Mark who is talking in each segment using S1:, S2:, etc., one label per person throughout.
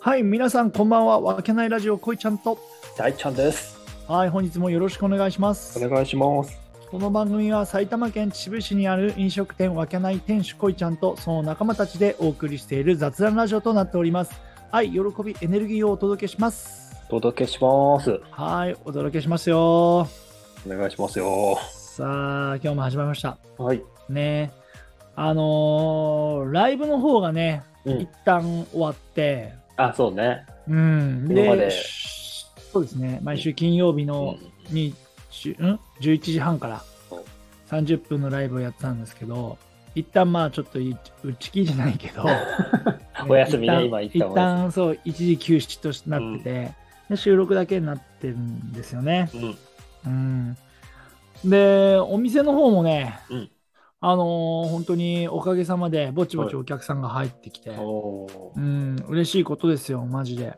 S1: はい、皆さんこんばんは。わけないラジオこいちゃんと。
S2: 大ちゃんです。
S1: はい、本日もよろしくお願いします。
S2: お願いします。
S1: この番組は埼玉県秩父市にある飲食店わけない店主こいちゃんとその仲間たちでお送りしている雑談ラジオとなっております。はい、喜び、エネルギーをお届けします。
S2: お届けします。お
S1: はい、お届けしますよ。
S2: 願いしますよ。
S1: さあ、今日も始まりました。
S2: はい。
S1: ねあのーライブの方がね、
S2: うん
S1: 一。旦終わって、
S2: あ、そうね。
S1: うん、
S2: 今まで
S1: しそうですね、毎週金曜日のに、しゅん、11時半から
S2: そう
S1: 30分のライブをやってたんですけど、一旦まあちょっとい打ち切りじゃないけ ど、
S2: お休みね
S1: 一旦
S2: 今一
S1: 一
S2: 旦お休み
S1: 旦そう、一時休止としなってて、で収録だけになってるんですよね。
S2: うん。
S1: うん、で、お店の方もね、
S2: うん
S1: あのー本当におかげさまで、ぼちぼち
S2: は
S1: お客さんが入ってきて、
S2: おお
S1: う。ん、嬉しいことですよ、マジで。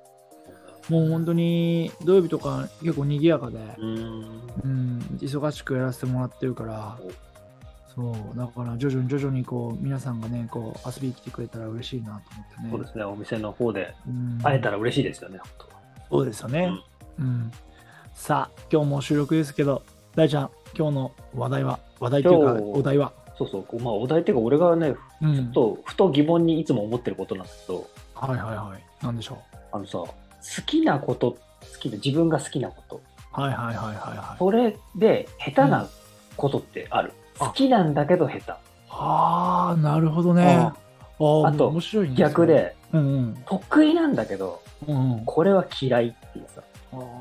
S1: もう本当に土曜日とか結構賑やかで、
S2: うん。
S1: うん、忙しくやらせてもらってるから、そう、だから徐々に徐々にこう、皆さんがね、こう、遊びに来てくれたら嬉しいなと
S2: そ
S1: 思
S2: う
S1: って
S2: で
S1: ね。
S2: すね。お店の方で
S1: うん
S2: 会えたら嬉しいですよね。本当
S1: そうですよね。うん。さあ、今日も収録ですけど、大ちゃん、今日の話題は、話題というか
S2: 今、日
S1: お題は。
S2: そうそう。こうまあお題っていうか俺がね、
S1: う
S2: ちょ
S1: ん
S2: っ。とふと疑問にいつも思ってることなんですけど、
S1: はいはいはい。なんでしょう。
S2: あのさ、好きなこと、好きで自分が好きなこと、
S1: はいはいはいはいはい。
S2: それで下手なことってある。
S1: うん
S2: 好きなんだけど下
S1: ああ、なるほど
S2: 手。
S1: ね。ああ、
S2: あと
S1: 面白い
S2: うん
S1: ね
S2: 逆。で
S1: それうん
S2: 得意なんだけど
S1: うん。うんうん。
S2: これは嫌いっていうさ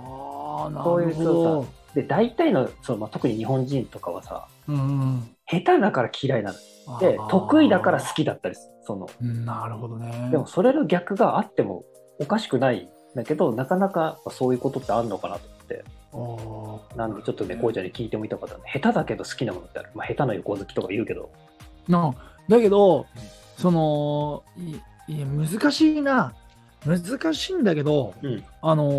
S1: ああ、な
S2: そうい
S1: る
S2: う
S1: ほ
S2: そう
S1: ど
S2: さ。で大体のその、まあ、特に日本人とかはさ
S1: うんうん。
S2: 下手だから嫌いなので
S1: あー
S2: 得意だから好きだったりするその
S1: うんなるほどね。
S2: でもそれの逆があってもおかしくないんだけどなかなかそういうことってあるのかなと思って
S1: おー、
S2: なんでちょっとねこうちゃんに聞いてもいたかったんで下手だけど好きなものってある、まあ、下手の横好きとか言うけど
S1: なだけど
S2: うん、
S1: そのいいや難しいな。難しいんだけど、
S2: うん
S1: あのー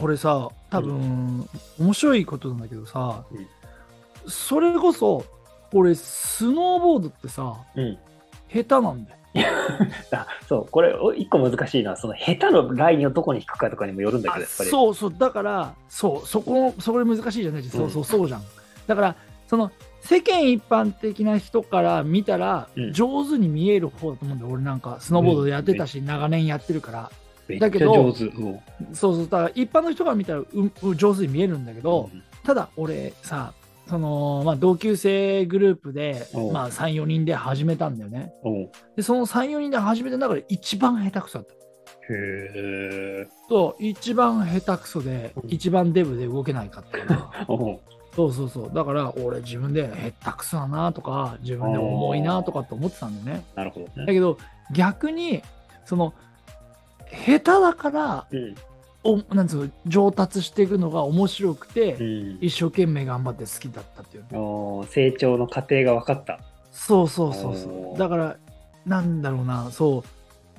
S1: これさ、多分、面白いことなんだけどさ、
S2: うん
S1: それこそ、俺、スノーボードってさ、
S2: うん
S1: 下手なんだよ。
S2: あそうこれお一個難しいのはその下手のラインをどこに引くかとかにもよるんだけどやっぱり
S1: そうそう、だから、そう、そこ、それ難しいじゃないし、そううんそう、そうじゃん。だから、その、世間一般的な人から見たら、
S2: うん
S1: 上手に見える方だと思うんだよ。俺なんか、スノーボードでやってたし、長年やってるから。
S2: めっ
S1: だけ
S2: ちゃ
S1: ど
S2: 上手うん
S1: そうそう、だから一般の人が見たらう、う上手に見えるんだけど、ただ俺さ、その、まあ、同級生グループで
S2: お、う
S1: まあ、3、4人で始めたんだよね。
S2: うんうん
S1: で、その3、4人で始めた中で一番下手くそだった。
S2: へえ。
S1: と、一番下手くそで、
S2: うん
S1: 一番デブで動けないかったから。
S2: うん
S1: そうそうそう。だから、俺自分で下手くそだなとか、自分で重いなとかって思ってたんだよね。
S2: なるほど
S1: だ
S2: ね。
S1: けど、逆に、その、下手だから、
S2: うん。
S1: おなんつうの、上達していくのが面白く
S2: う
S1: て、
S2: ん。
S1: 一生懸命頑張って好きだったっていう。
S2: おー成長の過程が分かった。
S1: そうそうそうそ
S2: お
S1: う。
S2: ー
S1: だから、なんだろうな、そ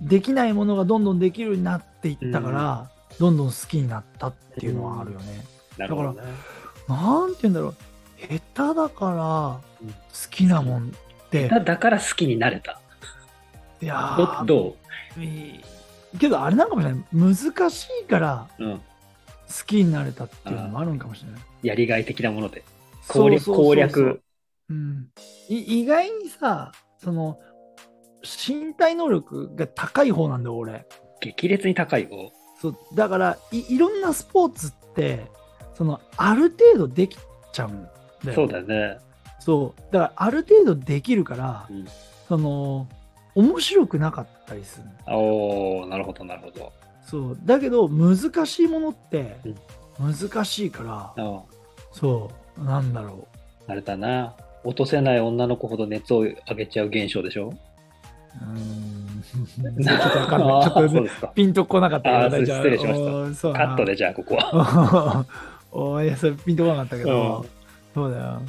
S1: う、できないものがどんどんできるようになっていったから、どんどん好きになったっていうのはあるよね。
S2: なるほどね。
S1: なんて言うんだろう、下手だから
S2: うん
S1: 好きなもんって、
S2: だだから好きになれた。
S1: いや
S2: ど
S1: ー
S2: ど
S1: いいけどあれなんかもしれない難しいから
S2: う、うん、
S1: 好きになれたっていうのもあるんかもしれない
S2: やりがい的なもので。攻略。
S1: そうそうそうそう
S2: 攻略
S1: うん、い意外にさその身体能力が高い方なんだよ俺
S2: 激烈に高いよ。
S1: そうだからいいろんなスポーツってそのある程度できちゃうんだよ
S2: そうだよね。
S1: そうだからある程度できるから、
S2: うん
S1: その面白くなかったりする
S2: おーなるほど、なるほど。
S1: そうだけど難しいものって
S2: うん
S1: 難しいから、
S2: あ
S1: そうなんだろ
S2: ーあれだな。落とせない女の子ほど熱を上げちゃう現象でしょ
S1: ううーんちょっとわかんないちょっ
S2: あ
S1: と
S2: ー
S1: ね
S2: そうですか。
S1: ピンとこなかった
S2: あー
S1: 大丈夫
S2: 失礼しました
S1: おーそう
S2: カ
S1: だな
S2: ットでじゃあ、ここは。
S1: おーいやそれピンとこなかったけど
S2: うん
S1: そうだよ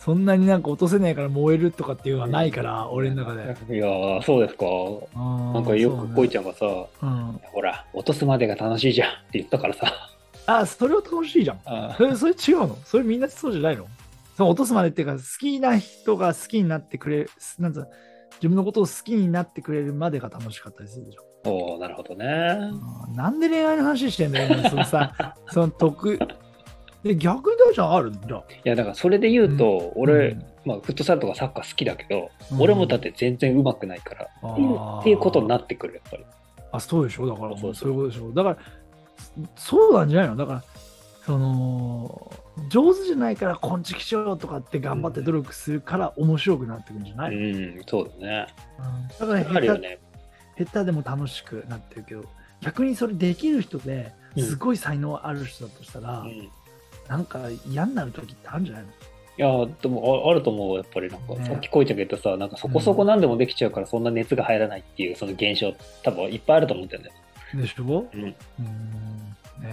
S1: そんなになんか落とせないから燃えるとかっていうのはないから俺の中で
S2: いやーそうですか。
S1: な
S2: なんかよくこいちゃんがさ、
S1: うん
S2: ほら、落とすまでが楽しいじゃんって言ったからさ。
S1: あそれは楽しいじゃん
S2: あ
S1: それそれ違うのそれみんなそうじゃないのその落とすまでっていうか好きな人が好きになってくれるなんつうの自分のことを好きになってくれるまでが楽しかったりするでしょ。
S2: おーなるほどね。
S1: うんなんで恋愛の話してんだよ、もうその さ、その得。で逆に大ちゃんあるんだ。
S2: いやだからそれで言うと、俺、
S1: うん
S2: まあ、フットサルとかサッカー好きだけど、
S1: うん
S2: 俺もだって全然上手くないから、っていう
S1: あー
S2: っていうことになってくるやっぱり。
S1: あ、そうでしょ、だから、
S2: そ
S1: そうう
S2: そう
S1: いうことでしょ。だから、そそうなんじゃないのだから、その、上手じゃないから、こんちきしようとかって頑張って努力するから、面白くなってくるんじゃない、
S2: うん、そうだね。
S1: だから
S2: ある
S1: 下
S2: よ
S1: 手、
S2: ね。
S1: 下手でも楽しくなってるけど、逆にそれできる人で
S2: うん
S1: すごい才能ある人だとしたら、
S2: うん、い
S1: なんか嫌になる時ってあるんじゃないの
S2: やでもああると思うやっぱりなんか、
S1: ね
S2: さっきこいちゃんが言ったさなんかそこそこ何でもできちゃうからそんな熱が入らないっていうその現象多分いっぱいあると思うんだよね。
S1: でしょ、
S2: うん
S1: うんね、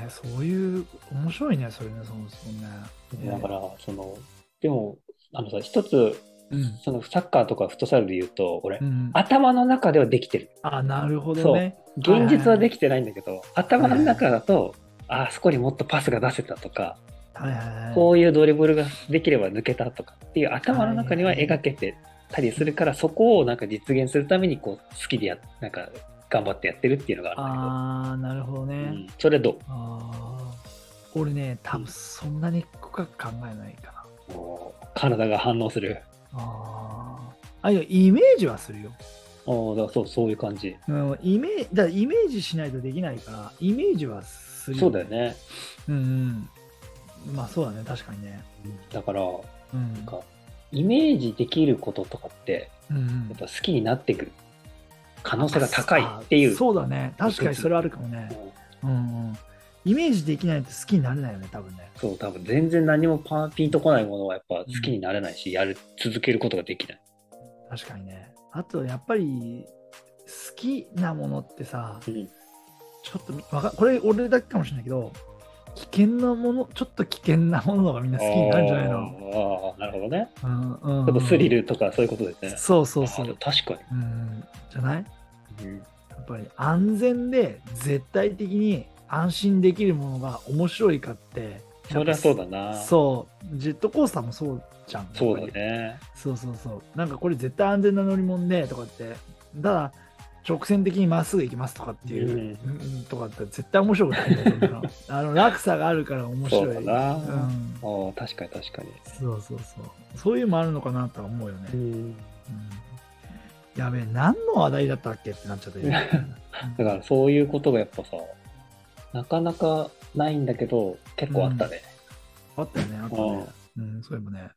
S1: そういう面白いねそれねそもそもね
S2: だからそのでもあのさ一つ
S1: うん、
S2: そのサッカーとかフットサルで言うと俺、
S1: うん、あ
S2: 頭の中ではできてる
S1: なるほどね
S2: 現実はできてないんだけど、頭の中だと、あそこにもっとパスが出せたとか、
S1: はいはいはい
S2: こういうドリブルができれば抜けたとかっていう頭の中には描けてたりするから、そこをなんか実現するためにこう好きでやなんか頑張ってやってるっていうのがあ
S1: ああなるほどね、
S2: るんだけど、うん、それど
S1: あー俺ね多分そんなに深く考えないかな
S2: うもう体が反応する
S1: あーあいやイメージはするよ、
S2: おーだからそうそういう感じ
S1: うん、イメージだからイメージしないとできないからイメージはする
S2: そうだよね
S1: うん、うん、まあそうだね確かにね
S2: だからな
S1: うん
S2: んかイメージできることとかって
S1: うんうん
S2: やっぱ好きになってくる可能性が高いっていう
S1: あそうだね確かにそれあるかもね、
S2: うん
S1: うんうん、イメージできないと好きになれないよね多分ね
S2: そう、多分全然何もパンピンとこないものはやっぱ好きになれないし、やる、続けることができない。
S1: 確かにねあとやっぱり好きなものってさちょっとみわかこれ俺だけかもしれないけど危険なものちょっと危険なもののがみんな好きになるんじゃないの
S2: あーあー、なるほどね。
S1: うんうんうん
S2: ちょっとスリルとかそういうことですね。
S1: そうそうそ
S2: あ
S1: う、
S2: ー確か
S1: うん、じゃない
S2: に。うん
S1: やっぱり安全で絶対的に安心できるものが面白いかって
S2: そりゃそうだな。
S1: そうジェットコースターもそうじゃん
S2: そう
S1: や
S2: だ
S1: っぱり
S2: ね。
S1: そうそうそうなんかこれ絶対安全な乗り物でとかってただ直線的にまっすぐ行きますとかっていう、うんうんとかって絶対面白くないよそんな のあの落差があるから面
S2: そ
S1: 白いう
S2: うだ
S1: ん、
S2: な。ああ、確かに確かに。
S1: そうそうそうそういうのもあるのかなとは思うよね、うんやべえ何の話題だったっけってなっちゃった よ
S2: だからそういうことがやっぱさ、なかなかないんだけど、結構あったね。
S1: あったよねあった
S2: うん
S1: ねうんそういえばね、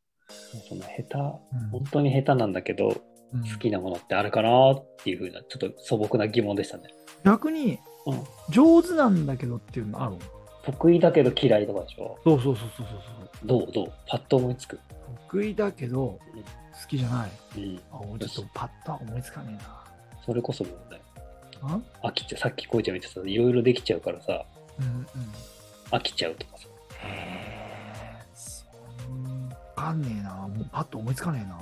S2: その下
S1: う
S2: 手、
S1: ん
S2: 本当に下手なんだけど、
S1: うん
S2: 好きなものってあるかなっていうふうな、ちょっと素朴な疑問でしたね。
S1: 逆に
S2: うん
S1: 上手なんだけどっていうのあるの
S2: 得意だけど嫌いとかでしょ
S1: そうそうそうそうそうそう
S2: どうどうパッと思いつく、
S1: 得意だけど
S2: うん
S1: 好きじゃない
S2: うん、
S1: あ俺ちょっとパッとは思いつかね
S2: それこそもうね
S1: えなあ
S2: 飽きちゃうさっきこいちゃん見てさいろいろできちゃうからさ
S1: うんうん
S2: 飽きちゃうとかさ
S1: へえそうわかんねえなもうパッと思いつかねえな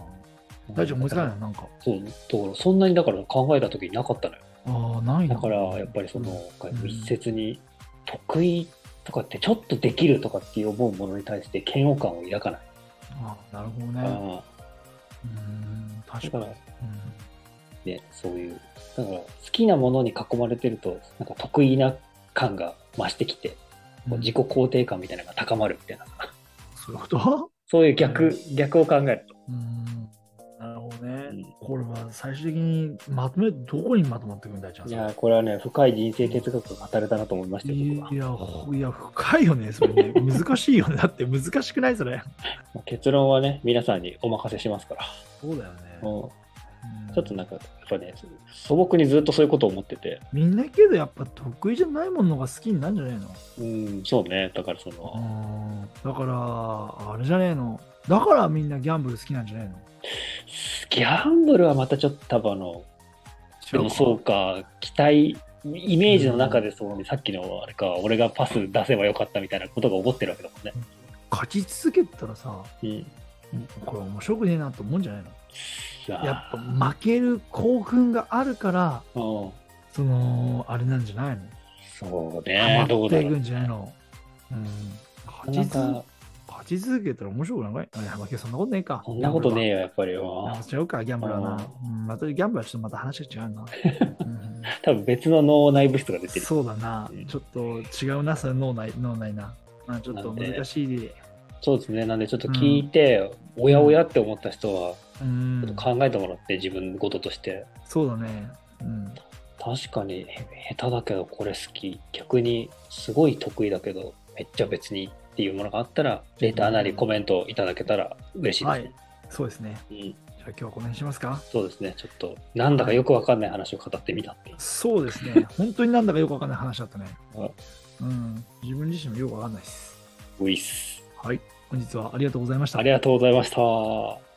S1: 大丈夫思いつかないのなんか
S2: そうだからそんなにだから考えた時になかったのよ
S1: ああないな
S2: だからやっぱりその、
S1: ん
S2: 密接に得意とかってちょっとできるとかって思うものに対して嫌悪感を抱かない、
S1: ああなるほど
S2: あ
S1: ね
S2: あ
S1: うん
S2: だ
S1: 確
S2: か
S1: からに
S2: ねそういうだから好きなものに囲まれてるとなんか得意な感が増してきてこう自己肯定感みたいなのが高まるみたいな
S1: そういうこと
S2: そういう逆、逆を考えると。
S1: うんなるほどね
S2: うん
S1: これは最終的にまとめどこにまとまってくるんだいちゃん
S2: い
S1: それ
S2: やー、これはね、深い人生哲学が語れたなと思いましたよ、
S1: い
S2: 僕は。
S1: やほいや深いよねそれ ね難しいよねだって難しくないそれ
S2: まあ結論はね、皆さんにお任せしますから。
S1: そうだよね
S2: も
S1: うん
S2: うちょっとなんか、やっぱね、素朴にずっとそういうことを思ってて、
S1: みんなけどやっぱ得意じゃないものが好きになるんじゃないの
S2: うん、そうね、だからその、
S1: うんだからあれじゃねえのだからみんなギャンブル好きなんじゃないの
S2: ギャンブルはまたちょっと多分あの、でもそうか、期待、イメージの中でその、さっきのあれか、俺がパス出せばよかったみたいなことが思ってるわけだもんね。
S1: 勝ち続けてたらさ
S2: うん。
S1: これ面白くねえなと思うんじゃないのやっぱ
S2: うん
S1: 負ける興奮があるからそのあれなんじゃないの
S2: そう
S1: ハ
S2: ね、
S1: マ
S2: ど
S1: っ
S2: うだ
S1: てい
S2: ろ
S1: く
S2: う。
S1: んじゃないの、うん、
S2: な
S1: 勝
S2: ん
S1: ち続
S2: か
S1: 勝勝ち続けたら面白くないあいや、まあ、そんなことねえか。
S2: そんなことねえ
S1: え。
S2: よ、やっぱりよ。
S1: 違うか、ギャンブルはな。
S2: う
S1: うん、またギャンブルはちょっとまた話が違う な。うん
S2: 多分別の脳内物質が出てる。
S1: そうだな
S2: うん。
S1: ちょっと違うな、それ脳内、脳内な。まあ、ちょっと難しい。
S2: そうですね。なんでちょっと聞いて、おやおやって思った人は、
S1: う
S2: ちょっ
S1: ん
S2: と。考えてもらって、自分ごととして。
S1: そうだね。うん。
S2: 確かに、へ下手だけどこれ好き。逆に、すごい得意だけど、めっちゃ別にっていうものがあったら、レターなりコメントいただけたら嬉しいです
S1: は
S2: ね
S1: い。。そうですね。
S2: うん、
S1: じゃあ今日はこの辺にしますか。
S2: そうですね。ちょっと、なんだかよくわかんない話を語ってみたっていう。
S1: そうです ね。本当になんだかよくわかんない話だったね。
S2: あ
S1: うん。自分自身もよくわかんないです。
S2: ういっす。
S1: はい。本日はありがとうございました
S2: あ。りがとうございました。